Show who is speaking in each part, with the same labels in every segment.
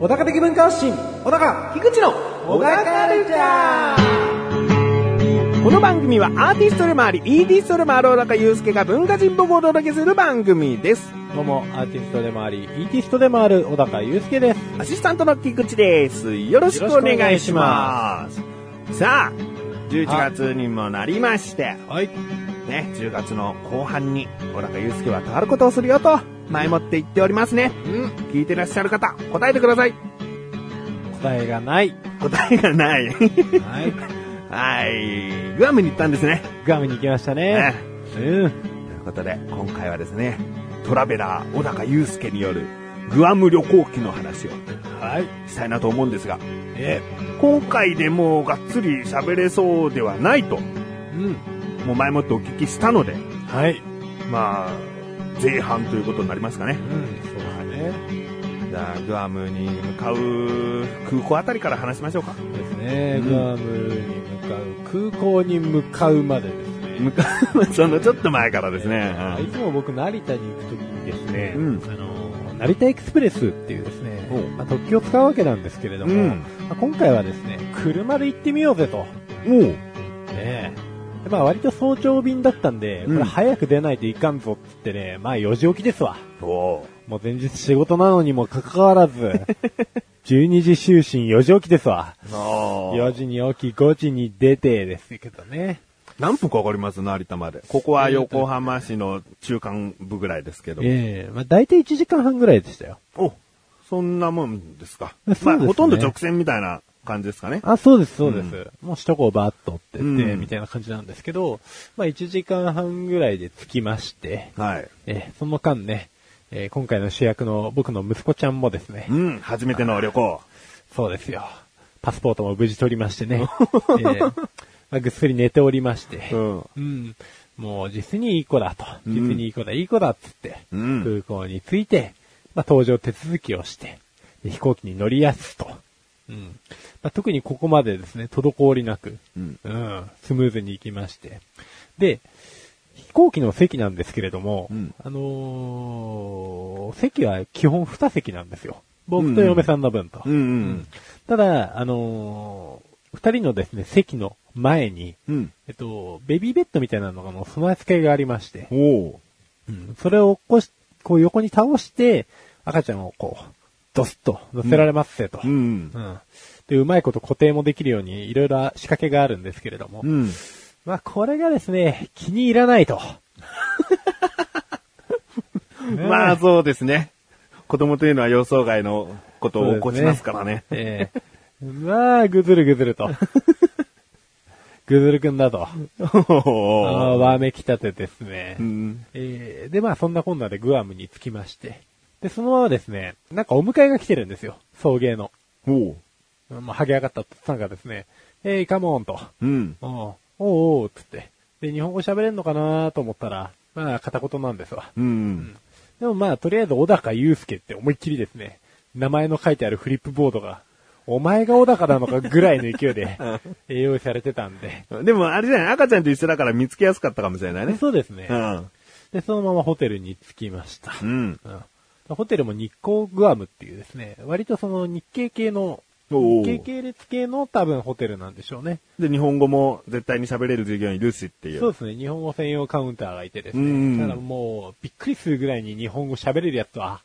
Speaker 1: 小高的文化発信小高菊池の小高カルチャーこの番組はアーティストでもあり、イーティストでもある小高祐介が文化人僕をお届けする番組です。
Speaker 2: どうも、アーティストでもあり、イーティストでもある小高祐介です。
Speaker 1: アシスタントの菊池です。よろしくお願いします。さあ、11月にもなりまして、
Speaker 2: はい。
Speaker 1: ね、10月の後半に小高祐介は変わることをするよと、前もって言っておりますね。聞いてらっしゃる方、答えてください。
Speaker 2: 答えがない。
Speaker 1: 答えがない。
Speaker 2: はい。
Speaker 1: はい。グアムに行ったんですね。
Speaker 2: ガムに行きました
Speaker 1: ね
Speaker 2: ね。う
Speaker 1: と
Speaker 2: ん。
Speaker 1: いうことで、今回はですね、トラベラー小高祐介によるグアム旅行記の話を
Speaker 2: はい。
Speaker 1: したいなと思うんですが、
Speaker 2: え
Speaker 1: 今回でもうがっつり喋れそうではないと、
Speaker 2: うん。
Speaker 1: もう前もってお聞きしたので、
Speaker 2: はい。
Speaker 1: まあ、前半ということになりますかね
Speaker 2: う。ん。そうだね。
Speaker 1: じゃあ、グアムに向かう空港あたりから話しましょうか。
Speaker 2: ですね。
Speaker 1: うん
Speaker 2: グアムに向かう、空港に向かうまでですね。
Speaker 1: 向かう、 そのちょっと前からですね。
Speaker 2: あいつも僕、成田に行くときにですね、
Speaker 1: うん
Speaker 2: あの、成田エクスプレスっていうですね
Speaker 1: おう、
Speaker 2: まあ、特急を使うわけなんですけれども、
Speaker 1: うん
Speaker 2: まあ今回はですね、車で行ってみようぜと。
Speaker 1: うん。おう。
Speaker 2: ねえ。でまあ割と早朝便だったんで、
Speaker 1: うん
Speaker 2: これ早く出ないといかんぞっつってね、まあ4時起きですわ。
Speaker 1: そ
Speaker 2: もう前日仕事なのにもかかわ らず、12時就寝4時起きですわ。
Speaker 1: う。あ
Speaker 2: 4時に起き5時に出てですけどね。
Speaker 1: 何分かかります成田まで。ここは横浜市の中間部ぐらいですけど。
Speaker 2: ええまあ大体1時間半ぐらいでしたよ。
Speaker 1: お、そんなもんですか。
Speaker 2: そうですね
Speaker 1: まあ、ほとんど直線みたいな感じですかね。
Speaker 2: あ、そうです、そうです。
Speaker 1: うん
Speaker 2: もう首都高バーっとってって、
Speaker 1: うん
Speaker 2: みたいな感じなんですけど、まあ1時間半ぐらいで着きまして、
Speaker 1: はい。
Speaker 2: ええその間ね、ええ今回の主役の僕の息子ちゃんもですね、
Speaker 1: うん、初めての旅行。
Speaker 2: そうですよ。パスポートも無事取りまして ね。ええまあ、ぐっすり寝ておりまして。
Speaker 1: うん
Speaker 2: うんもう実にいい子だと。実にいい子だ、いい子だっつって、
Speaker 1: うん
Speaker 2: 空港に着いて、まあ、搭乗手続きをして、で飛行機に乗りやすと。うんまあ、特にここまでですね、滞りなく、
Speaker 1: うん
Speaker 2: うんスムーズに行きまして。で、飛行機の席なんですけれども、
Speaker 1: うん
Speaker 2: あのー席は基本2席なんですよ。僕と嫁さんの分と。
Speaker 1: うんうん。
Speaker 2: ただ、あのー二人のですね、席の前に、
Speaker 1: うん。
Speaker 2: えっと、ベビーベッドみたいなのがの備え付けがありまして、
Speaker 1: おう。
Speaker 2: うんそれをこうし、こう横に倒して、赤ちゃんをこう、ドスッと乗せられますせと。
Speaker 1: うん
Speaker 2: う。んで、うまいこと固定もできるように、いろいろ仕掛けがあるんですけれども、
Speaker 1: うん。
Speaker 2: まあ、これがですね、気に入らない と。
Speaker 1: まあ、そうですね。子供というのは予想外のことを起こしますから ね。
Speaker 2: ええまあ、ぐずるぐず ると。ぐずるくんだと。ああ
Speaker 1: お
Speaker 2: わめき立てですね。
Speaker 1: ーうん。
Speaker 2: えーで、まあそんなこんなでグアムに着きまして。で、そのままですね、なんかお迎えが来てるんですよ。送迎の。
Speaker 1: おう。
Speaker 2: まあ、ハゲ上がったおっさんがですね、えい、カモンと。
Speaker 1: うん。
Speaker 2: おうおうおう、つって。で、日本語喋れんのかなと思ったら、まあ、片言なんですわ。
Speaker 1: うん。
Speaker 2: でもまあ、とりあえず小高祐介って思いっきりですね、名前の書いてあるフリップボードが、お前が小高なのかぐらいの勢 いで、えー用意されてたんで。
Speaker 1: でも、あれじゃない赤ちゃんと一緒だから見つけやすかったかもしれないね。
Speaker 2: そうですね
Speaker 1: う。ん。
Speaker 2: で、そのままホテルに着きました。
Speaker 1: うん。
Speaker 2: うんホテルも日光グアムっていうですね、割とその日系系の、
Speaker 1: お
Speaker 2: 日
Speaker 1: う
Speaker 2: 系系列系の多分ホテルなんでしょうね。
Speaker 1: で、日本語も絶対に喋れる授業にいるしっていう。
Speaker 2: そうですね、日本語専用カウンターがいてです
Speaker 1: うん。
Speaker 2: ね、だからもうびっくりするぐらいに日本語喋れるやつは、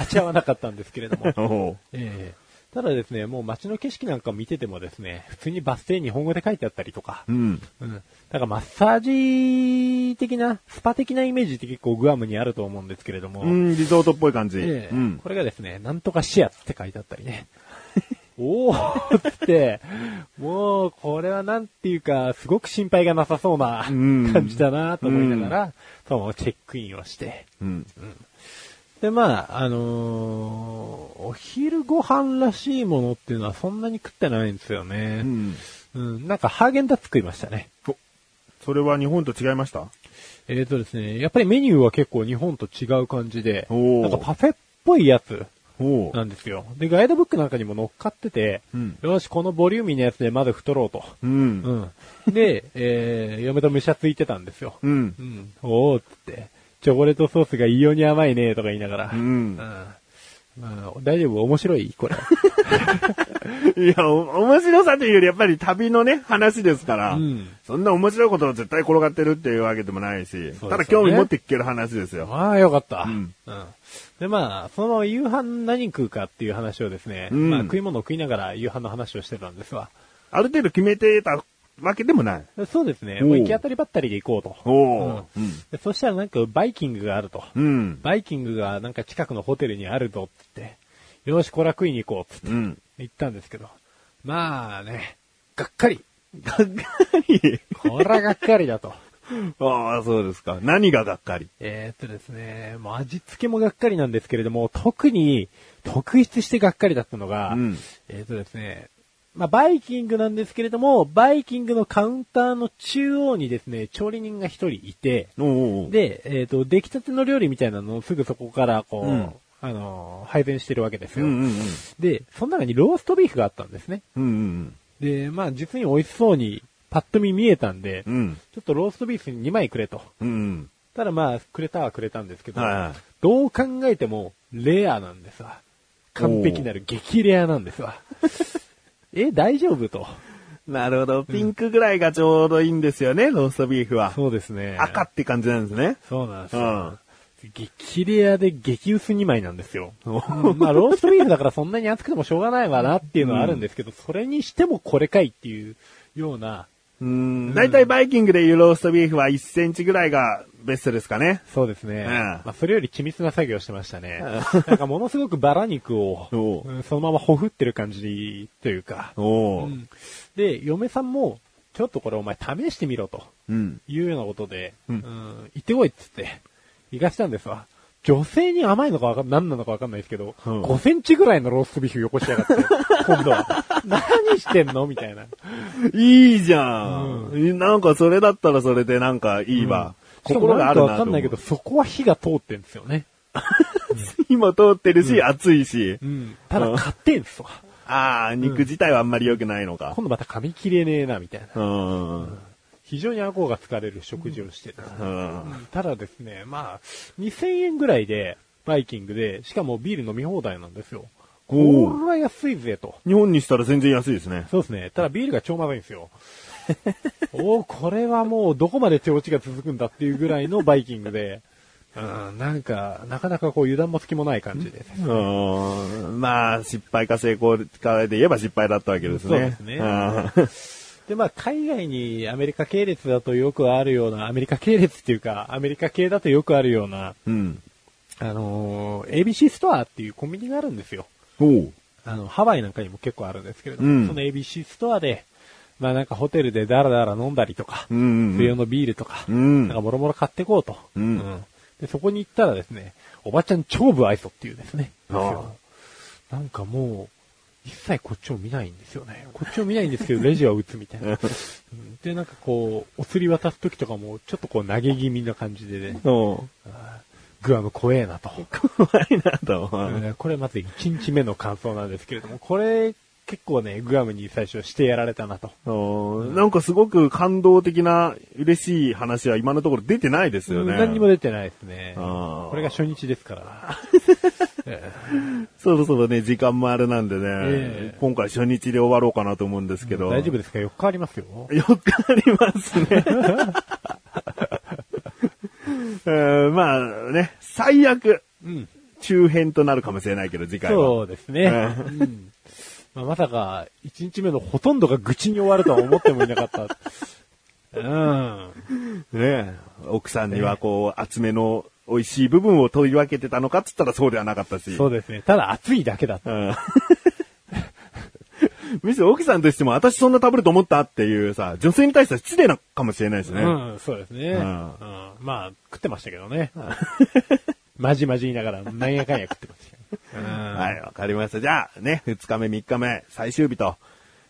Speaker 2: 立ち会わなかったんですけれども
Speaker 1: おう
Speaker 2: ええただですね、もう街の景色なんか見ててもですね、普通にバス停に日本語で書いてあったりとか
Speaker 1: う、ん。
Speaker 2: うん。だからマッサージ的な、スパ的なイメージって結構グアムにあると思うんですけれども、
Speaker 1: うん、リゾートっぽい感じ。
Speaker 2: ええ
Speaker 1: うん。
Speaker 2: これがですね、なんとかシアって書いてあった りね。おーっつって、もう、これはなんていうか、すごく心配がなさそうな
Speaker 1: うん
Speaker 2: 感じだなと思いながら、そのチェックインをして。
Speaker 1: うん。
Speaker 2: で、まあ、あのーお昼ご飯らしいものっていうのはそんなに食ってないんですよ
Speaker 1: う
Speaker 2: ね。
Speaker 1: ん。
Speaker 2: うん、なんかハーゲンダッツ食いましたね。
Speaker 1: おそれは日本と違いました
Speaker 2: えーとですね、やっぱりメニューは結構日本と違う感じで、
Speaker 1: おー
Speaker 2: なんかパフェっぽいやつ。
Speaker 1: おう
Speaker 2: なんですよ。で、ガイドブックなんかにも乗っかってて、
Speaker 1: うん
Speaker 2: よし、このボリューミーなやつでまず太ろうと。
Speaker 1: うん。
Speaker 2: うん。で、えー、嫁とむしゃついてたんですよ。
Speaker 1: うん
Speaker 2: う。ん。おーっつって、チョコレートソースが異様に甘いねとか言いながら。
Speaker 1: う
Speaker 2: うん
Speaker 1: ん。
Speaker 2: まあ、大丈夫面白 いこれ。
Speaker 1: いや、お面白さというよりやっぱり旅のね、話ですから、
Speaker 2: うん
Speaker 1: そんな面白いことを絶対転がってるっていうわけでもないし、
Speaker 2: よね
Speaker 1: ただ興味持って聞ける話ですよ。
Speaker 2: ああ、よかった。
Speaker 1: うん
Speaker 2: で、まあ、その夕飯何食うかっていう話をですね、
Speaker 1: うん
Speaker 2: まあ、食い物を食いながら夕飯の話をしてたんですわ。
Speaker 1: ある程度決めてたわけでもない。
Speaker 2: そうですね。
Speaker 1: おう
Speaker 2: もう行き当たりばったりで行こうと。
Speaker 1: おー
Speaker 2: うんでそしたらなんかバイキングがあると。
Speaker 1: うん。
Speaker 2: バイキングがなんか近くのホテルにあるぞってって、よし、これは食いに行こうっつって
Speaker 1: うん。
Speaker 2: 行ったんですけど、まあね、がっかり。
Speaker 1: がっかり。
Speaker 2: これはがっかりだと。
Speaker 1: ああ、そうですか。何ががっかり
Speaker 2: えーっとですね、もう味付けもがっかりなんですけれども、特に特筆してがっかりだったのが、
Speaker 1: うん
Speaker 2: えーっとですね、まあ、バイキングなんですけれども、バイキングのカウンターの中央にですね、調理人が一人いて、
Speaker 1: おおで、
Speaker 2: で、えーっと、出来たての料理みたいなのをすぐそこから、こう、
Speaker 1: うん
Speaker 2: あのー配膳してるわけです
Speaker 1: うん
Speaker 2: よ。
Speaker 1: うんうん。
Speaker 2: で、その中にローストビーフがあったんですね。
Speaker 1: うんうん
Speaker 2: で、まあ、実に美味しそうに、パッと見見えたんで、
Speaker 1: うん。うん。
Speaker 2: ちょっとローストビーフ2枚くれと。
Speaker 1: うん
Speaker 2: ただまあ、くれたはくれたんですけ
Speaker 1: う
Speaker 2: ど、
Speaker 1: ん。はい。
Speaker 2: どう考えても、レアなんですわ。完璧なる激レアなんですわ。 え、大丈夫と。
Speaker 1: なるほど。ピンクぐらいがちょうどいいんですよね、ローストビーフは。
Speaker 2: そうですね。
Speaker 1: 赤って感じなんですね。
Speaker 2: そうなんです
Speaker 1: う
Speaker 2: よ。
Speaker 1: ん。
Speaker 2: 激レアで激薄2枚なんですよ。まあ、ローストビーフだからそんなに熱くてもしょうがないわなっていうのはあるんですけど、それにしてもこれかいっていうような、
Speaker 1: うん。だいたいバイキングでいうローストビーフは1センチぐらいがベストですかね。
Speaker 2: そうですね。
Speaker 1: うん
Speaker 2: まあ、それより緻密な作業してましたね。なんかものすごくバラ肉を、
Speaker 1: お
Speaker 2: うんそのままほふってる感じというか、
Speaker 1: お
Speaker 2: う
Speaker 1: うん
Speaker 2: で、嫁さんも、ちょっとこれお前試してみろと
Speaker 1: うん。
Speaker 2: いうようなことで、
Speaker 1: う
Speaker 2: うんん、行ってこいっつって、行かしたんですわ。女性に甘いのかわかん、何なのかわかんないですけど、
Speaker 1: うん
Speaker 2: 5センチぐらいのローストビーフよこしや がって、今度は。何してんのみたいな。
Speaker 1: いいじゃん。なんかそれだったらそれでなんかいいわ。
Speaker 2: しかも
Speaker 1: 心がある
Speaker 2: ん
Speaker 1: な
Speaker 2: か
Speaker 1: と
Speaker 2: わかん
Speaker 1: 思
Speaker 2: な
Speaker 1: う
Speaker 2: いけど、そこは火が通ってんですよね。
Speaker 1: 火も通ってるし、熱いし。
Speaker 2: うん。ただ、買ってんすわ。
Speaker 1: ああ、肉自体はあんまり良くないのか。
Speaker 2: 今度また噛み切れねえな、みたいな。
Speaker 1: うん。うん。
Speaker 2: 非常に顎が疲れる食事をしてた。ただですね、まあ、2000円ぐらいで、バイキングで、しかもビール飲み放題なんですよ。こ
Speaker 1: おう
Speaker 2: れは安いぜ、と。
Speaker 1: 日本にしたら全然安いですね。
Speaker 2: そうですね。ただビールが超まずいんですよ。おーこれはもうどこまで手落ちが続くんだっていうぐらいのバイキングで、うん、なんか、なかなかこう油断も隙もない感じです。
Speaker 1: うん。まあ、失敗か成功かで言えば失敗だったわけですね。
Speaker 2: そうですね
Speaker 1: うん
Speaker 2: で、まあ、海外にアメリカ系列だとよくあるような、アメリカ系列っていうか、アメリカ系だとよくあるような、
Speaker 1: うん。
Speaker 2: あのー ABC ストアっていうコンビニがあるんですよ。
Speaker 1: おう。
Speaker 2: あの、ハワイなんかにも結構あるんですけれども、
Speaker 1: うん
Speaker 2: その ABC ストアで、まあなんかホテルでダラダラ飲んだりとか、
Speaker 1: うんうんうん
Speaker 2: 冬のビールとか、
Speaker 1: うん
Speaker 2: なんかもろもろ買ってこうと、
Speaker 1: うん
Speaker 2: で、そこに行ったらですね、おばちゃん超部愛想っていうですね。
Speaker 1: ああ
Speaker 2: ですよなんかもう、一切こっちを見ないんですよね。こっちを見ないんですけど、レジは打つみたいな。うんで、なんかこう、お釣り渡す時とかも、ちょっとこう投げ気味な感じでね、
Speaker 1: おう。
Speaker 2: グアム怖えなと。
Speaker 1: 怖いなと。
Speaker 2: えーこれまず1日目の感想なんですけれども、これ結構ね、グアムに最初してやられたなと。
Speaker 1: おーなんかすごく感動的な嬉しい話は今のところ出てないですよね。
Speaker 2: 何にも出てないですね。
Speaker 1: あー
Speaker 2: これが初日ですから。え
Speaker 1: そろそろね、時間もあれなんでね、
Speaker 2: ええ
Speaker 1: 今回初日で終わろうかなと思うんですけ
Speaker 2: ー
Speaker 1: ど。
Speaker 2: 大丈夫ですか ?4 日ありますよ。
Speaker 1: よくありますね。 えーまあね、最悪、
Speaker 2: うん。
Speaker 1: 中編となるかもしれないけど、次回は。
Speaker 2: そうですね。
Speaker 1: うん
Speaker 2: うんまあ、まさか、1日目のほとんどが愚痴に終わるとは思ってもいなかった。うん。
Speaker 1: ね奥さんにはこう、厚めの美味しい部分を取り分けてたのかっつったらそうではなかったし。
Speaker 2: そうですね。ただ暑いだけだった。
Speaker 1: うん むしろ奥さんとしても、私そんな食べると思ったっていうさ、女性に対しては失礼なかもしれないですね。
Speaker 2: うん、そうですね。
Speaker 1: う
Speaker 2: うんん。まあ、食ってましたけ どね。まじまじ言いながら、なんやかんや食ってました。うん
Speaker 1: はい、わかりました。じゃあ、ね、2日目、3日目、最終日と、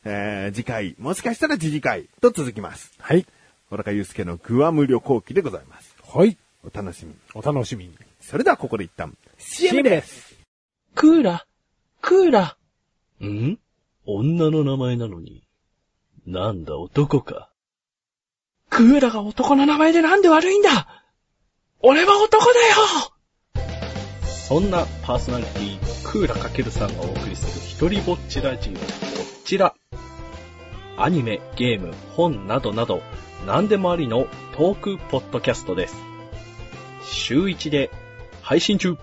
Speaker 1: えー、次回、もしかしたら次々回と続きます。
Speaker 2: はい。
Speaker 1: 小高祐介のグアム旅行記でございます。
Speaker 2: はい。
Speaker 1: お楽しみに。
Speaker 2: お楽しみに。
Speaker 1: それではここで一旦、CM です
Speaker 2: す。
Speaker 3: クーラ、クーラ。ん女の名前なのに。なんだ男か。クーラが男の名前でなんで悪いんだ俺は男だよそんなパーソナリティ、クーラかけるさんがお送りする一人ぼっちラジオ、ぼっちら。アニメ、ゲーム、本などなど、何でもありのトークポッドキャストです。週1で配信中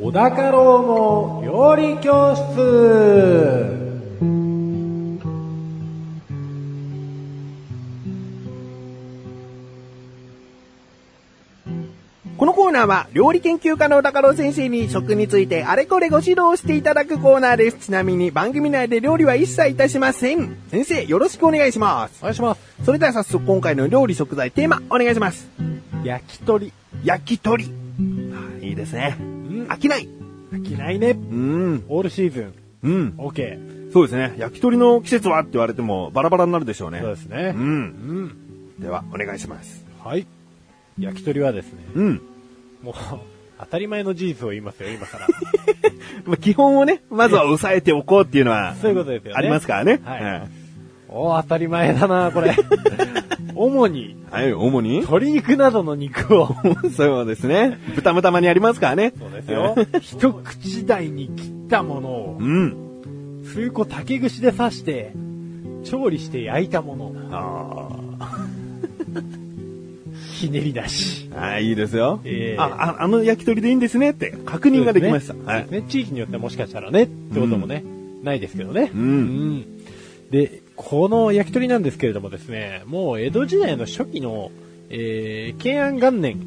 Speaker 4: 小高郎の料理教室このコーナーは料理研究家の小高郎先生に食についてあれこれご指導していただくコーナーですちなみに番組内で料理は一切いたしません先生よろしくお願いします
Speaker 2: お願いします。
Speaker 4: それでは早速今回の料理食材テーマお願いします
Speaker 2: 焼き鳥。
Speaker 4: 焼き鳥あいいですね
Speaker 2: うん
Speaker 4: 飽きない
Speaker 2: 飽きないね。
Speaker 1: うん。
Speaker 2: オールシーズン。
Speaker 1: うん。
Speaker 2: OK。
Speaker 1: そうですね。焼き鳥の季節はって言われてもバラバラになるでしょうね。
Speaker 2: そうですね。
Speaker 1: うん。
Speaker 2: うん。
Speaker 1: では、お願いします。
Speaker 2: はい。焼き鳥はですね、
Speaker 1: うん。
Speaker 2: もう、当たり前の事実を言いますよ、今から。
Speaker 1: まあ基本をね、まずは抑えておこうっていうのは、
Speaker 2: そういうことですよね。
Speaker 1: ありますからね。
Speaker 2: はいおー当たり前だな、これ。主に、
Speaker 1: はい。はい、主に
Speaker 2: 鶏肉などの肉を。
Speaker 1: そうですね。豚もたまにありますからね。
Speaker 2: そうですよ。 一口大に切ったものを
Speaker 1: う、ん。
Speaker 2: 数個竹串で刺して、調理して焼いたもの、
Speaker 1: あ
Speaker 2: ひねり出し。
Speaker 1: ーあー、いいですよ、
Speaker 2: ええ
Speaker 1: あ。あ、あの焼き鳥でいいんですねって確認ができました。
Speaker 2: そう
Speaker 1: はい。
Speaker 2: ね。地域によってもしかしたらね、ってこともね、ないですけどね。
Speaker 1: うん
Speaker 2: んで、この焼き鳥なんですけれどもですね、もう江戸時代の初期の、えー、慶安元年、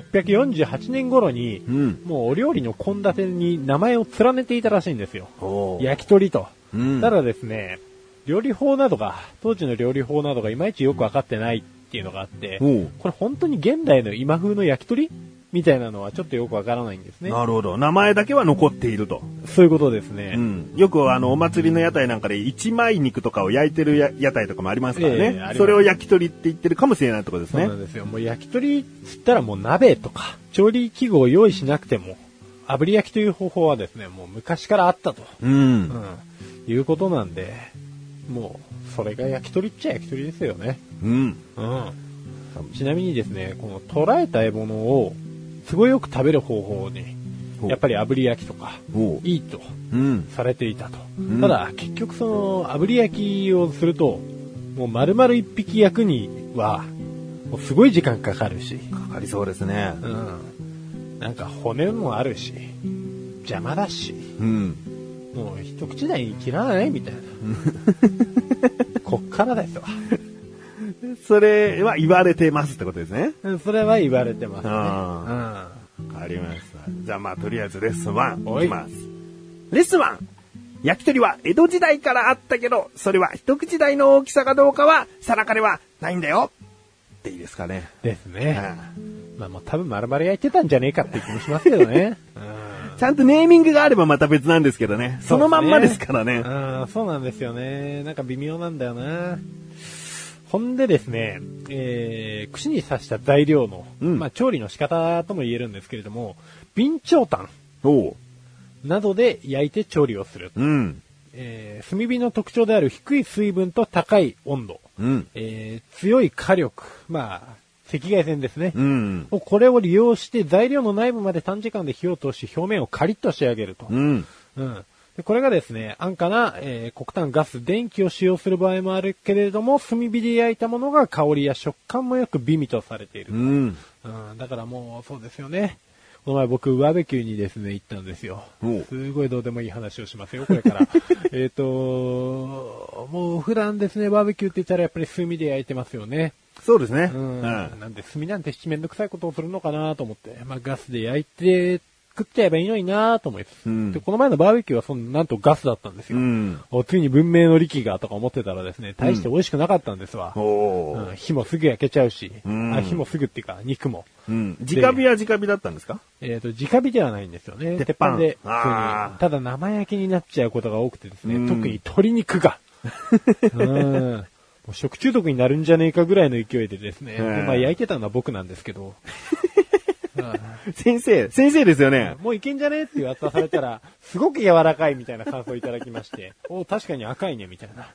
Speaker 2: 1648年頃に、
Speaker 1: うん。
Speaker 2: もうお料理の献立に名前を連ねていたらしいんですよ。
Speaker 1: おー
Speaker 2: 焼き鳥と。
Speaker 1: うん。
Speaker 2: ただですね、料理法などが、当時の料理法などがいまいちよくわかってないっていうのがあって、
Speaker 1: おう
Speaker 2: これ本当に現代の今風の焼き鳥みたいなのはちょっとよくわからないんですね。
Speaker 1: なるほど。名前だけは残っていると。
Speaker 2: そういうことですね。
Speaker 1: うん、よくあの、お祭りの屋台なんかで一枚肉とかを焼いてるや屋台とかもありますから
Speaker 2: ええあ
Speaker 1: ね
Speaker 2: り、ます
Speaker 1: それを焼き鳥って言ってるかもしれないところです
Speaker 2: そう
Speaker 1: ね
Speaker 2: な。んですよ。もう焼き鳥っつったらもう鍋とか、調理器具を用意しなくても、炙り焼きという方法はですね、もう昔からあったと、
Speaker 1: う。
Speaker 2: うんん、いうことなんで、もう、それが焼き鳥っちゃ焼き鳥ですよね。
Speaker 1: うん。
Speaker 2: うん。ちなみにですね、この捕らえた獲物を、都合よく食べる方法に、
Speaker 1: ほう
Speaker 2: やっぱり炙り焼きとか、
Speaker 1: おう
Speaker 2: いいと
Speaker 1: うん。
Speaker 2: されていたと。
Speaker 1: うん
Speaker 2: ただ、結局その、炙り焼きをすると、もう丸々一匹焼くには、もうすごい時間かかるし、
Speaker 1: かかりそうですね。
Speaker 2: うん。なんか骨もあるし、邪魔だし、
Speaker 1: うん。
Speaker 2: もう一口大に切らないみ たいな。こっからですわ。
Speaker 1: それは言われてますってことですね。
Speaker 2: うんそれは言われてますね。
Speaker 1: あわかりました。じゃあまあ、とりあえずレッスン1
Speaker 2: お
Speaker 1: い
Speaker 2: い
Speaker 1: きます。レッスン 1! 焼き鳥は江戸時代からあったけど、それは一口大の大きさかどうかは、定かではないんだよっていいですかね。
Speaker 2: うんですね。
Speaker 1: ああ
Speaker 2: まあもう多分丸々焼いてたんじゃねえかって気もしますけどね。
Speaker 1: ちゃんとネーミングがあればまた別なんですけどね。そのまんまですからね。
Speaker 2: うん、そうなんですよね。なんか微妙なんだよな。ほんでですね、えー、串に刺した材料の、
Speaker 1: うん
Speaker 2: まあ調理の仕方とも言えるんですけれども、備長炭
Speaker 1: おう。
Speaker 2: などで焼いて調理をする。
Speaker 1: うん。
Speaker 2: えー炭火の特徴である低い水分と高い温度、
Speaker 1: うん。
Speaker 2: えー強い火力、まあ、赤外線ですね。
Speaker 1: うん。
Speaker 2: をこれを利用して材料の内部まで短時間で火を通し表面をカリッと仕上げると。
Speaker 1: うん。
Speaker 2: うん。でこれがですね、安価な、えー黒炭、ガス、電気を使用する場合もあるけれども、炭火で焼いたものが香りや食感もよく美味とされている。
Speaker 1: うん。
Speaker 2: うん、だからもう、そうですよね。この前僕、バーベキューにですね、行ったんですよ
Speaker 1: おう。
Speaker 2: すごいどうでもいい話をしますよ、これ から。えっと、もう普段ですね、バーベキューって言ったらやっぱり炭で焼いてますよね。
Speaker 1: そうですね。
Speaker 2: う。
Speaker 1: うんん。
Speaker 2: なんで炭なんてめんどくさいことをするのかなと思って、まあガスで焼いて食っちゃえばいいのになと思います。
Speaker 1: うん
Speaker 2: で、この前のバーベキューはそのなんとガスだったんです
Speaker 1: う
Speaker 2: よ。
Speaker 1: ん。
Speaker 2: おついに文明の利器がとか思ってたらですね、大して美味しくなかったんですわ。
Speaker 1: お
Speaker 2: うん
Speaker 1: う。
Speaker 2: 火もすぐ焼けちゃうし、
Speaker 1: うん
Speaker 2: あ火もすぐっていうか、肉も。
Speaker 1: うん。直火は直火だったんですか
Speaker 2: えっ、と、直火ではないんですよね。
Speaker 1: 鉄板
Speaker 2: で。
Speaker 1: あー
Speaker 2: 普通にただ生焼きになっちゃうことが多くてですね、
Speaker 1: うん
Speaker 2: 特に鶏肉が。 うん。もう食中毒になるんじゃねえかぐらいの勢いでですね。
Speaker 1: うん
Speaker 2: まあ焼いてたのは僕なんですけど。うん
Speaker 1: 先生、先生ですよね。
Speaker 2: もういけんじゃねえって言わされたら、すごく柔らかいみたいな感想をいただきま して、お確かに赤いね、みたい な。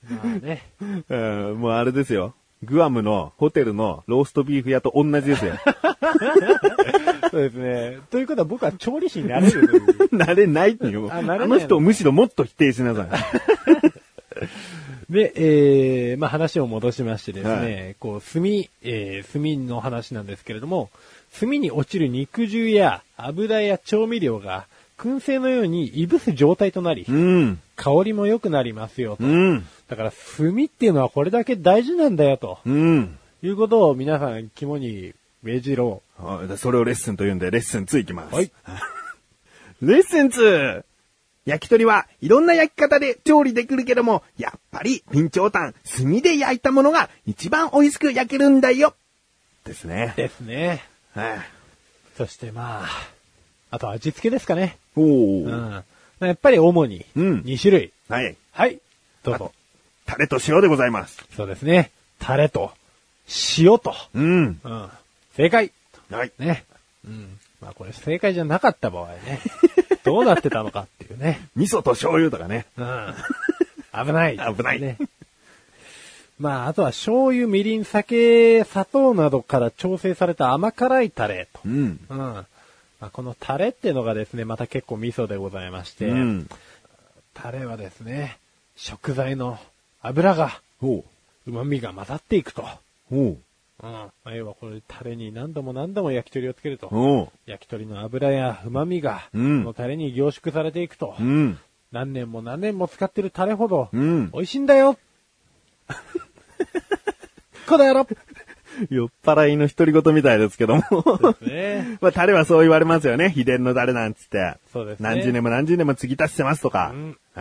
Speaker 2: うんまあね。
Speaker 1: うん、もうあれですよ。グアムのホテルのローストビーフ屋と同じですよ。
Speaker 2: そうですね。ということは僕は調理師になれるという。
Speaker 1: 慣れないっていう。
Speaker 2: あ
Speaker 1: あ
Speaker 2: 慣れないの
Speaker 1: の人をむしろもっと否定しなさい。
Speaker 2: で、えー、まあ話を戻しましてですね、
Speaker 1: は
Speaker 2: こう、炭、えー、炭の話なんですけれども、炭に落ちる肉汁や油や調味料が燻製のようにいぶす状態となり
Speaker 1: う、ん。
Speaker 2: 香りも良くなりますよと。
Speaker 1: うん。
Speaker 2: だから炭っていうのはこれだけ大事なんだよと。
Speaker 1: うん。
Speaker 2: いうことを皆さん肝に銘じろ
Speaker 1: はいそれをレッスンと言うんで、レッスン2いきます。
Speaker 2: はい。
Speaker 1: レッスン 2! 焼き鳥はいろんな焼き方で調理できるけども、やっぱり、備長炭、炭で焼いたものが一番美味しく焼けるんだよですね
Speaker 2: う。。ですね。
Speaker 1: はい。
Speaker 2: そしてまあ、あと味付けですかね。
Speaker 1: お
Speaker 2: う
Speaker 1: ー。
Speaker 2: ん。やっぱり主に
Speaker 1: うん
Speaker 2: 2種類。
Speaker 1: はい。
Speaker 2: はい。どうぞ。
Speaker 1: タレと塩でございます。
Speaker 2: そうですね。タレと、塩と。
Speaker 1: うん。
Speaker 2: うん。正解。
Speaker 1: はい。
Speaker 2: ね。うん。まあこれ正解じゃなかった場合 ね。どうなってたのかっていうね。
Speaker 1: 味噌と醤油とかね。
Speaker 2: うん。危ない。
Speaker 1: 危ない
Speaker 2: ね。まああとは醤油、みりん、酒、砂糖などから調整された甘辛いタレと。
Speaker 1: うん。
Speaker 2: うん。まあ、このタレってのがですね、また結構味噌でございまして、
Speaker 1: うん。
Speaker 2: タレはですね、食材の油が、
Speaker 1: ほ
Speaker 2: 旨味が混ざっていくと。
Speaker 1: う。ほ
Speaker 2: うん。まあ要はこれタレに何度も何度も焼き鳥をつける
Speaker 1: う。
Speaker 2: と。
Speaker 1: ほ
Speaker 2: 焼き鳥の油や旨味が、こ
Speaker 1: うん
Speaker 2: のタレに凝縮されていくと
Speaker 1: う。。うん。
Speaker 2: 何年も何年も使ってるタレほど、
Speaker 1: うん。
Speaker 2: 美味しいん だよこの野郎
Speaker 1: 酔っ払いの独り言みたいですけども。
Speaker 2: ね
Speaker 1: まあ、タレはそう言われますよね。秘伝のタレなんつって。
Speaker 2: そうですね
Speaker 1: 何十年も何十年も継ぎ足してますとか。
Speaker 2: うん
Speaker 1: え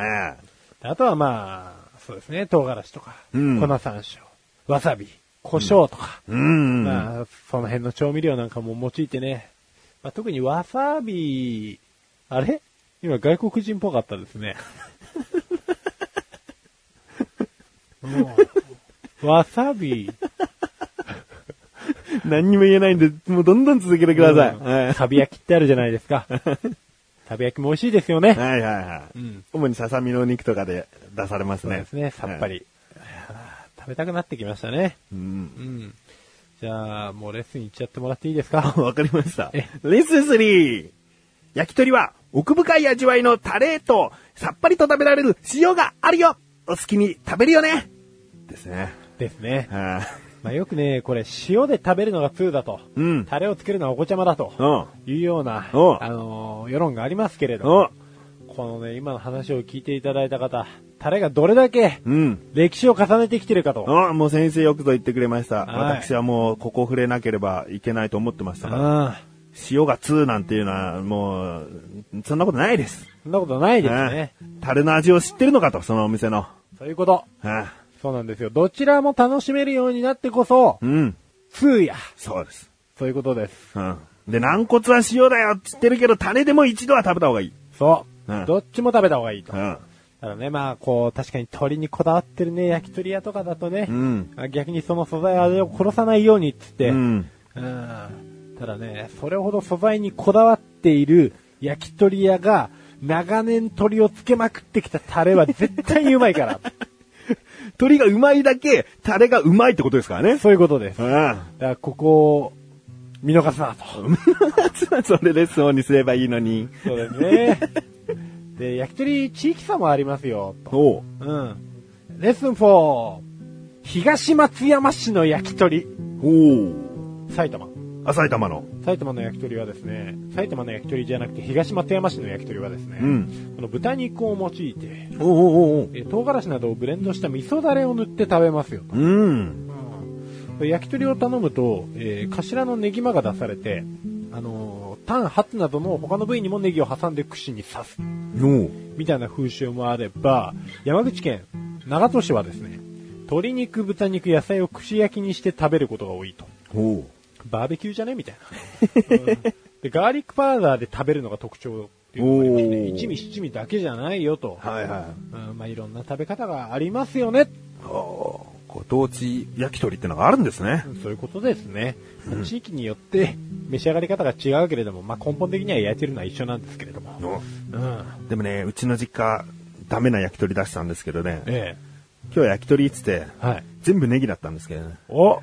Speaker 2: あとはまあ、そうですね、唐辛子とか、
Speaker 1: うん
Speaker 2: 粉山椒、わさび、胡椒とか、
Speaker 1: えうん。
Speaker 2: まあ、その辺の調味料なんかも用いてね、まあ、特にわさび、あれ今外国人っぽかったですね。もうわさび。
Speaker 1: 何にも言えないんで、もうどんどん続けてください。ええ
Speaker 2: サビ焼きってあるじゃないで すか。サビ焼きも美味しいですよね。
Speaker 1: はいはいはい。
Speaker 2: うん
Speaker 1: 主にささみのお肉とかで出されます
Speaker 2: そう
Speaker 1: ね。
Speaker 2: ですね、さっぱ
Speaker 1: え
Speaker 2: り。食べたくなってきましたね。
Speaker 1: え。うん
Speaker 2: う。ん。じゃあ、もうレッスン行っちゃってもらっていいですか
Speaker 1: わかりました。レ
Speaker 2: え
Speaker 1: ッスン 3! 焼き鳥は奥深い味わいのタレとさっぱりと食べられる塩があるよお好きに食べるよねですね。
Speaker 2: ですね。
Speaker 1: はあ、
Speaker 2: まあよくね、これ塩で食べるのが通だと。
Speaker 1: うん。
Speaker 2: タレをつけるのはお子ちゃまだと。
Speaker 1: うん。
Speaker 2: いうような、
Speaker 1: うん
Speaker 2: あのー世論がありますけれど
Speaker 1: うん
Speaker 2: も、。このね、今の話を聞いていただいた方、タレがどれだけ
Speaker 1: うん。
Speaker 2: 歴史を重ねてきてるかと。
Speaker 1: あもう先生よくぞ言ってくれました。
Speaker 2: はい
Speaker 1: 私はもうここ触れなければいけないと思ってましたから。
Speaker 2: ああ、
Speaker 1: 塩が通なんていうのはもう、そんなことないです。
Speaker 2: そんなことないですね。
Speaker 1: うんタレの味を知ってるのかと、そのお店の。
Speaker 2: そういうこと。
Speaker 1: うん
Speaker 2: そうなんですよ。どちらも楽しめるようになってこそ、
Speaker 1: うん。
Speaker 2: 通や。
Speaker 1: そうです。
Speaker 2: そういうことです。
Speaker 1: うん。で、軟骨は塩だよって言ってるけど、タレでも一度は食べた方がいい。
Speaker 2: そう。
Speaker 1: うん
Speaker 2: どっちも食べた方がいいと。
Speaker 1: う
Speaker 2: た
Speaker 1: ん。
Speaker 2: だね、まあ、こう、確かに鶏にこだわってるね、焼き鳥屋とかだとね
Speaker 1: う、ん。
Speaker 2: あ逆にその素材味を殺さないようにっつって、
Speaker 1: うん。
Speaker 2: うんただね、それほど素材にこだわっている焼き鳥屋が、長年鶏をつけまくってきたタレは絶対にうまい から。
Speaker 1: 鶏がうまいだけ、タレがうまいってことですからね。
Speaker 2: そういうことです。
Speaker 1: う
Speaker 2: だか
Speaker 1: ん。
Speaker 2: らここを見逃すなと。
Speaker 1: それレッスンオンにすればいいのに。
Speaker 2: そうですね。で、焼き鳥地域差もありますよ、と。
Speaker 1: おう。
Speaker 2: うん。レッスン4。東松山市の焼き鳥。
Speaker 1: おう。
Speaker 2: 埼玉。
Speaker 1: あ、埼玉の。
Speaker 2: 埼玉の焼き鳥はですね、埼玉の焼き鳥じゃなくて東松山市の焼き鳥はですね、
Speaker 1: うん。
Speaker 2: この豚肉を用いて、
Speaker 1: おうおうおう
Speaker 2: えー唐辛子などをブレンドした味噌だれを塗って食べますよと。
Speaker 1: おう。うん。
Speaker 2: 焼き鳥を頼むと、えー頭のネギマが出されて、あのー、タン、ハツなどの他の部位にもネギを挟んで串に刺す。
Speaker 1: おう
Speaker 2: みたいな風習もあれば、山口県長門市はですね、鶏肉、豚肉、野菜を串焼きにして食べることが多いと。
Speaker 1: おう
Speaker 2: バーベキューじゃねみたいな、うんで。ガーリックパウダーで食べるのが特徴っていうのがあります
Speaker 1: お
Speaker 2: ね。
Speaker 1: ー
Speaker 2: 一味七味だけじゃないよと。
Speaker 1: はいはい。
Speaker 2: うん、まあいろんな食べ方がありますよね。
Speaker 1: おーご当地焼き鳥ってのがあるんですね。
Speaker 2: そういうことですね。まあ地域によって召し上がり方が違うけれども、まあ根本的には焼いてるのは一緒なんですけれども。うん。
Speaker 1: でもね、うちの実家、ダメな焼き鳥出したんですけどね、
Speaker 2: え
Speaker 1: 今日は焼き鳥っつって、
Speaker 2: え。はい。
Speaker 1: 全部ネギだったんですけどね。
Speaker 2: お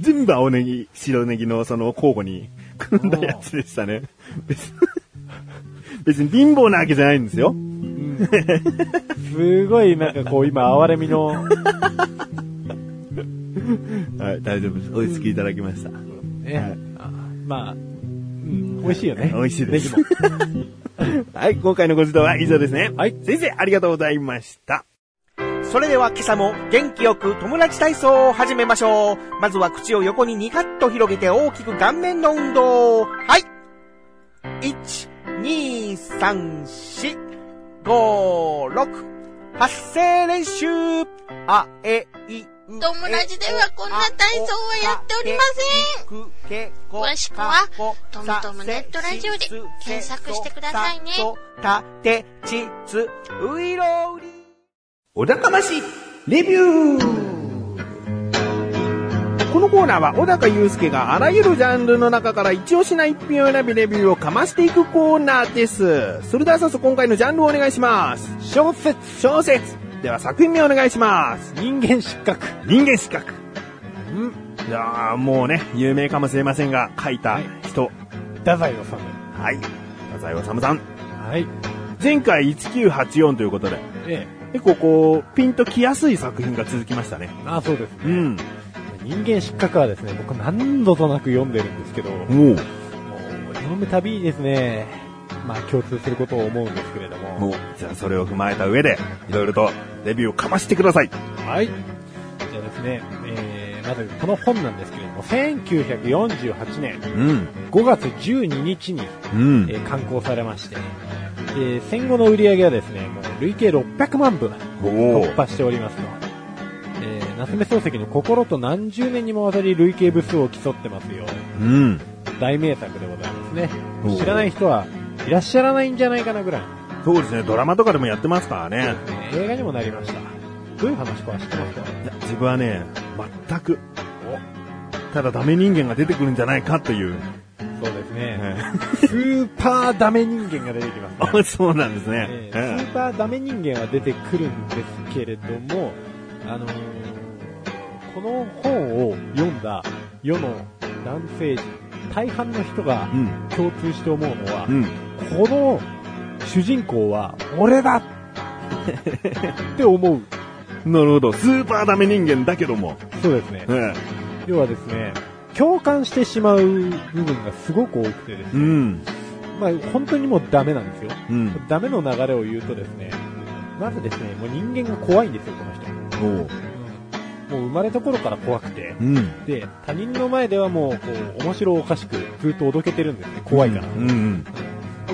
Speaker 1: 全部青ネギ、白ネギのその交互に組んだやつでしたね。別に、別に貧乏なわけじゃないんですよ。
Speaker 2: すごいなんかこう今哀れみの、
Speaker 1: はい、大丈夫です。おいしくいただきました。
Speaker 2: ね。あまあ、うん、美味しいよね。
Speaker 1: 美味しいです
Speaker 2: ネギも。
Speaker 1: はい、今回のご指導は以上ですね。
Speaker 2: はい
Speaker 1: 先生、ありがとうございました。
Speaker 4: それでは今朝も元気よく友達体操を始めましょう。まずは口を横に2カッと広げて大きく顔面の運動。はい。1、2、3、4、5、6。発声練習。あ、え、い、う、
Speaker 5: 友達ではこんな体操はやっておりません
Speaker 4: ん。
Speaker 5: 詳しくはトムトムネットラジオで検索してくださいね
Speaker 4: たてちつういろうり。
Speaker 1: お高まし、レビュー
Speaker 4: このコーナーは小高祐介があらゆるジャンルの中から一押しな一品を選びレビューをかましていくコーナーです。それでは早速今回のジャンルをお願いします。
Speaker 2: 小説、
Speaker 4: 小説。では作品名をお願いします。
Speaker 2: 人間失格。
Speaker 1: 人間失格。いやーもうね、有名かもしれませんが、書いた人。
Speaker 2: 太宰治。
Speaker 1: はい。太宰治さん。
Speaker 2: はい。
Speaker 1: 前回1984ということで、
Speaker 2: ええ。
Speaker 1: 結構こう、ピンときやすい作品が続きましたね。
Speaker 2: ああ、そうですね。
Speaker 1: うん。
Speaker 2: 人間失格はですね、僕何度となく読んでるんですけど、もう
Speaker 1: もう、
Speaker 2: 読むたびにですね、まあ共通することを思うんですけれども、
Speaker 1: もう、じゃあそれを踏まえた上で、いろいろとレビューをかましてください。
Speaker 2: はい。じゃあですね、えー、まずこの本なんですけれども、1948年
Speaker 1: うん。
Speaker 2: 5月12日に、
Speaker 1: うん
Speaker 2: え。ー刊行されまして、で戦後の売り上げはですね、もう累計600万部
Speaker 1: お
Speaker 2: 突
Speaker 1: ー
Speaker 2: 破しておりますと。えー、夏目漱石の心と何十年にもわたり累計部数を競ってますよ。
Speaker 1: うん。
Speaker 2: 大名作でございますね
Speaker 1: お。う
Speaker 2: 知らない人はいらっしゃらないんじゃないかなぐらい、
Speaker 1: そうですね、ドラマとかでもやってますからね。
Speaker 2: えー映画にもなりました。どういう話かは知ってますか
Speaker 1: いや自分はね、全く、ただダメ人間が出てくるんじゃないかという。
Speaker 2: そうですね。
Speaker 1: え
Speaker 2: スーパーダメ人間が出てきます、ね
Speaker 1: え そうなんですね。
Speaker 2: え
Speaker 1: え
Speaker 2: ー
Speaker 1: え
Speaker 2: スーパーダメ人間は出てくるんですけれども、あのーこの本を読んだ世の男性陣、大半の人が
Speaker 1: うん。
Speaker 2: 共通して思うのは
Speaker 1: う、ん。
Speaker 2: この主人公は俺だって思う。
Speaker 1: なるほど。スーパーダメ人間だけども。
Speaker 2: そうですね
Speaker 1: え。え
Speaker 2: 要はですね、共感してしまう部分がすごく多くてです
Speaker 1: う
Speaker 2: ね、
Speaker 1: ん。
Speaker 2: まあ本当にもうダメなんですよ。
Speaker 1: うん。
Speaker 2: ダメの流れを言うとですね、まずですね、もう人間が怖いんですよ、この人。
Speaker 1: おう
Speaker 2: もう生まれた頃から怖くて、
Speaker 1: うん。
Speaker 2: で、他人の前ではもう、こう、面白おかしく、ずっとおどけてるんですね、怖いから。
Speaker 1: うんうん。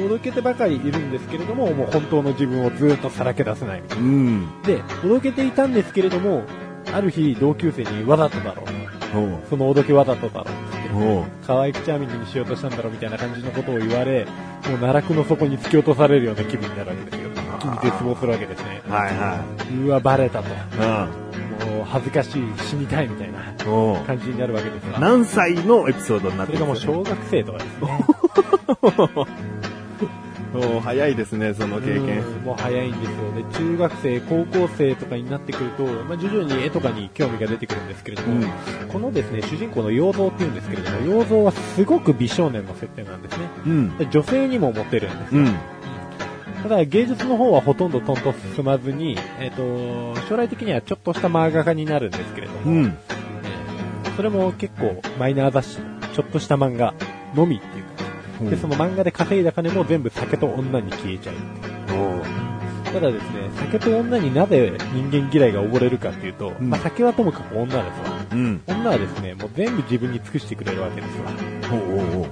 Speaker 2: おどけてばかりいるんですけれども、もう本当の自分をずっとさらけ出せないみたい
Speaker 1: うん。
Speaker 2: な。で、おどけていたんですけれども、ある日、同級生にわざとだろう。
Speaker 1: おう
Speaker 2: そのおどけわざとだろう。
Speaker 1: おう
Speaker 2: 可愛くチャーミングにしようとしたんだろうみたいな感じのことを言われ、もう奈落の底に突き落とされるような気分になるわけですよ。一気に絶望するわけですね。
Speaker 1: はいは
Speaker 2: うわ、バレたと。
Speaker 1: い。
Speaker 2: もう恥ずかしい、死にたいみたいな
Speaker 1: うん。おう
Speaker 2: 感じになるわけですが。
Speaker 1: 何歳のエピソードになっ
Speaker 2: そ
Speaker 1: て
Speaker 2: れがもう
Speaker 1: るんですか
Speaker 2: 小学生とかですね。
Speaker 1: おう早いですね、その経験。
Speaker 2: うんもう早いんですよね。中学生、高校生とかになってくると、まあ、徐々に絵とかに興味が出てくるんですけれども、
Speaker 1: うん
Speaker 2: このですね、主人公の洋蔵っていうんですけれども、洋蔵はすごく美少年の設定なんですね。
Speaker 1: うん。
Speaker 2: で女性にもモテるんです
Speaker 1: うん。
Speaker 2: ただ芸術の方はほとんどトント進まずに、えっ、と、将来的にはちょっとした漫画家になるんですけれど
Speaker 1: う
Speaker 2: も、
Speaker 1: ん。
Speaker 2: それも結構マイナー雑誌、ちょっとした漫画のみっていうか、で、その漫画で稼いだ金も全部酒と女に消えちゃうっていう。
Speaker 1: おう
Speaker 2: ただですね、酒と女になぜ人間嫌いが溺れるかっていうと、
Speaker 1: ん
Speaker 2: まあ酒はともかく女ですわ。
Speaker 1: うん。
Speaker 2: 女はですね、もう全部自分に尽くしてくれるわけですわ。
Speaker 1: おうおうおう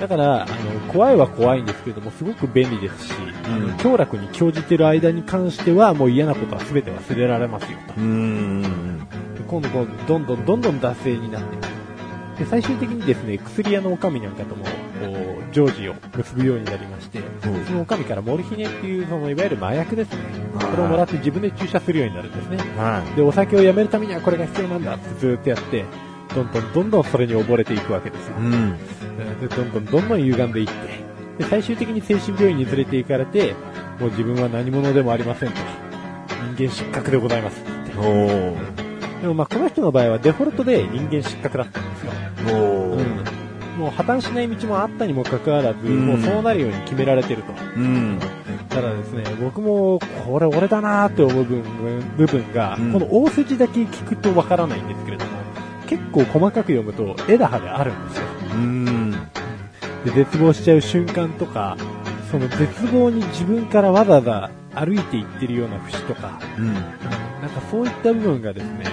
Speaker 2: だから、あの、怖いは怖いんですけれども、すごく便利ですし、あ
Speaker 1: うん
Speaker 2: の、強楽に興じてる間に関しては、もう嫌なことは全て忘れられますよ
Speaker 1: うーん。
Speaker 2: と。今度、どんどんどんどん惰性になってくる。で、最終的にですね、薬屋の女将なんかとも、こう、常時を結ぶようになりまして、その女将からモルヒネっていう、その、いわゆる麻薬ですね。
Speaker 1: はい
Speaker 2: これをもらって自分で注射するようになるんですね。
Speaker 1: は
Speaker 2: で、お酒をやめるためにはこれが必要なんだってずーっとやって、どんどんどんどんそれに溺れていくわけですよ
Speaker 1: い。。うん。
Speaker 2: でどんどんどんどん歪んでいって、で最終的に精神病院に連れて行かれて、もう自分は何者でもありませんと。人間失格でございます。
Speaker 1: おー。
Speaker 2: でもまあこの人の場合はデフォルトで人間失格だったんですよ。
Speaker 1: おー。
Speaker 2: もう破綻しない道もあったにもかかわらず、
Speaker 1: ん
Speaker 2: もうそうなるように決められてると。
Speaker 1: うん。
Speaker 2: ただですね、僕もこれ俺だなーって思う部分部分が、
Speaker 1: うん
Speaker 2: この大筋だけ聞くとわからないんですけれども、結構細かく読むと枝葉であるんですよ。
Speaker 1: うん。
Speaker 2: で絶望しちゃう瞬間とか、その絶望に自分からわざわざ歩いていってるような節とか、
Speaker 1: うん。
Speaker 2: なんかそういった部分がですね、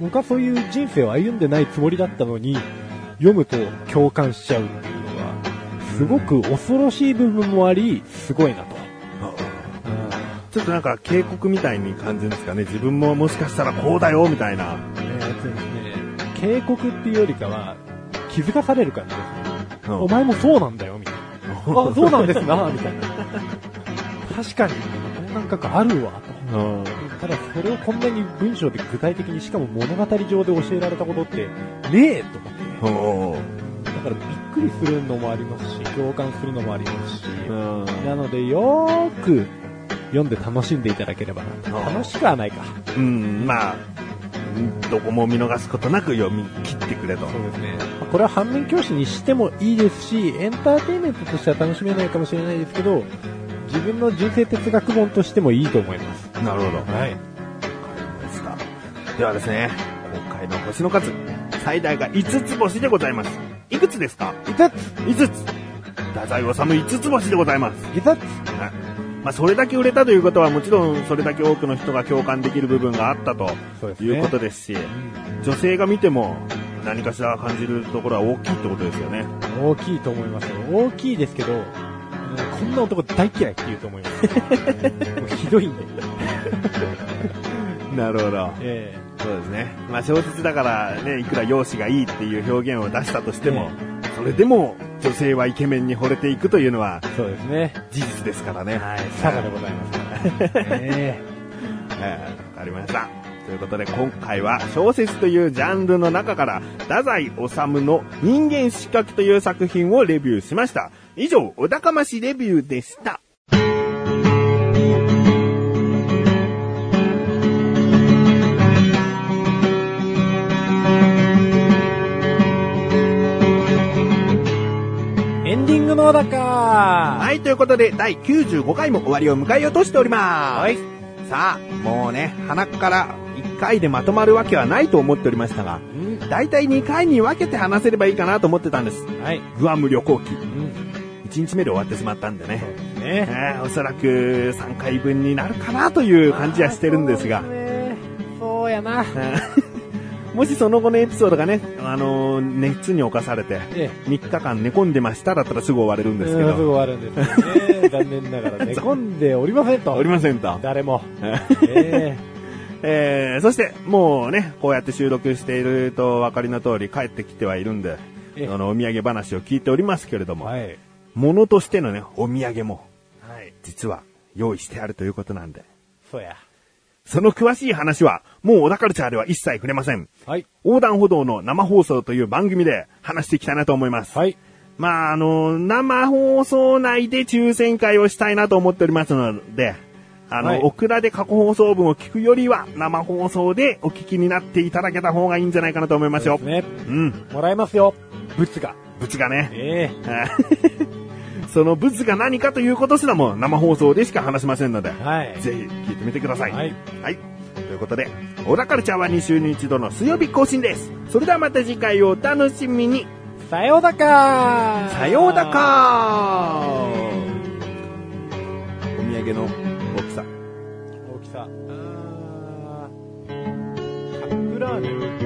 Speaker 2: 僕はそういう人生を歩んでないつもりだったのに、読むと共感しちゃうっていうのは、すごく恐ろしい部分もあり、すごいなと。
Speaker 1: ちょっとなんか警告みたいに感じるんですかね。自分ももしかしたらこうだよ、みたいな。
Speaker 2: えーそうですね、警告っていうよりかは、気づかされる感じですね。お前もそうなんだよ、みたい な。あ、そうなんですな、みたいな。確かに、この感覚あるわ、と。
Speaker 1: うん。
Speaker 2: ただ、それをこんなに文章で具体的に、しかも物語上で教えられたことって、ねえと思って。
Speaker 1: お
Speaker 2: だから、びっくりするのもありますし、共感するのもありますし、
Speaker 1: うん。
Speaker 2: なので、よーく読んで楽しんでいただければな。
Speaker 1: うん
Speaker 2: 楽しくはないか。
Speaker 1: うん、まあ、うんどこも見逃すことなく読み切ってくれと。
Speaker 2: そうですね。これは反面教師にしてもいいですし、エンターテインメントとしては楽しめないかもしれないですけど、自分の人生哲学本としてもいいと思います。
Speaker 1: なるほど。
Speaker 2: はい。
Speaker 1: ですかではですね、今回の星の数、最大が5つ星でございます。いくつですか
Speaker 2: 5つ
Speaker 1: ?5 つ。太宰治5つ星でございます。
Speaker 2: !5 つ
Speaker 1: はいまあ、それだけ売れたということはもちろんそれだけ多くの人が共感できる部分があったと
Speaker 2: そうですね。
Speaker 1: いうことですし、女性が見ても何かしら感じるところは大きいってことですよね。
Speaker 2: うん大きいと思いますよ。大きいですけど、うんこんな男大嫌いって言うと 思います。もうひどいんで。
Speaker 1: なるほど。
Speaker 2: え
Speaker 1: そうですね。まあ小説だからね、いくら容姿がいいっていう表現を出したとしても、それでも女性はイケメンに惚れていくというのは
Speaker 2: えそうですね。
Speaker 1: 事実ですからね。
Speaker 2: はい。佐賀でござ いますから。え
Speaker 1: えーわかりました。ということで今回は小説というジャンルの中から、太宰治の人間失格という作品をレビューしました。以上、お高ましレビューでした。
Speaker 2: えエンディングのだか
Speaker 1: はい、ということで第95回も終わりを迎えようとしております。はい。さあ、もうね、鼻から1回でまとまるわけはないと思っておりましたが、
Speaker 2: うん
Speaker 1: 大体2回に分けて話せればいいかなと思ってたんです。
Speaker 2: はい。
Speaker 1: グアム旅行記。
Speaker 2: うん。
Speaker 1: 1日目で終わってしまったんでね。え
Speaker 2: ね
Speaker 1: ーおそらく3回分になるかなという感じはしてるんですが
Speaker 2: そう。ねそうやな。
Speaker 1: もしその後のエピソードがね、あのー熱に侵されて、
Speaker 2: ええ
Speaker 1: 3日間寝込んでましただったらすぐ終われるんですけ
Speaker 2: うんすぐ
Speaker 1: ど、
Speaker 2: 終わるんです よね。残念ながら寝込んでおりませんと。
Speaker 1: おりませんと。
Speaker 2: 誰も。
Speaker 1: え
Speaker 2: え
Speaker 1: えーそして、もうね、こうやって収録しているとお分かりの通り帰ってきてはいるんで、
Speaker 2: ええ
Speaker 1: あの、お土産話を聞いておりますけれど
Speaker 2: え
Speaker 1: も、
Speaker 2: はい。
Speaker 1: 物としてのね、お土産も、
Speaker 2: はい。
Speaker 1: 実は用意してあるということなんで、
Speaker 2: そうや。
Speaker 1: その詳しい話は、もう小田カルチャーでは一切触れません。
Speaker 2: はい。
Speaker 1: 横断歩道の生放送という番組で話していきたいなと思います。
Speaker 2: はい。
Speaker 1: まあ、あの、生放送内で抽選会をしたいなと思っておりますので、あの、
Speaker 2: はい
Speaker 1: オクラで過去放送分を聞くよりは、生放送でお聞きになっていただけた方がいいんじゃないかなと思いますよ。
Speaker 2: ね。
Speaker 1: うん。
Speaker 2: もらえますよ。ブツが。
Speaker 1: ブツがね。
Speaker 2: え
Speaker 1: そのブツが何かということすらも生放送でしか話しませんので、
Speaker 2: えはい。
Speaker 1: ぜひ聞いてみてください。
Speaker 2: はい。
Speaker 1: はい。ということで、オラカルチャーは2週に1度の水曜日更新です。それではまた次回をお楽しみに。
Speaker 2: さようだか
Speaker 1: さようだかお土産の大きさ。
Speaker 2: 大きさ。あーカップラーメ ン。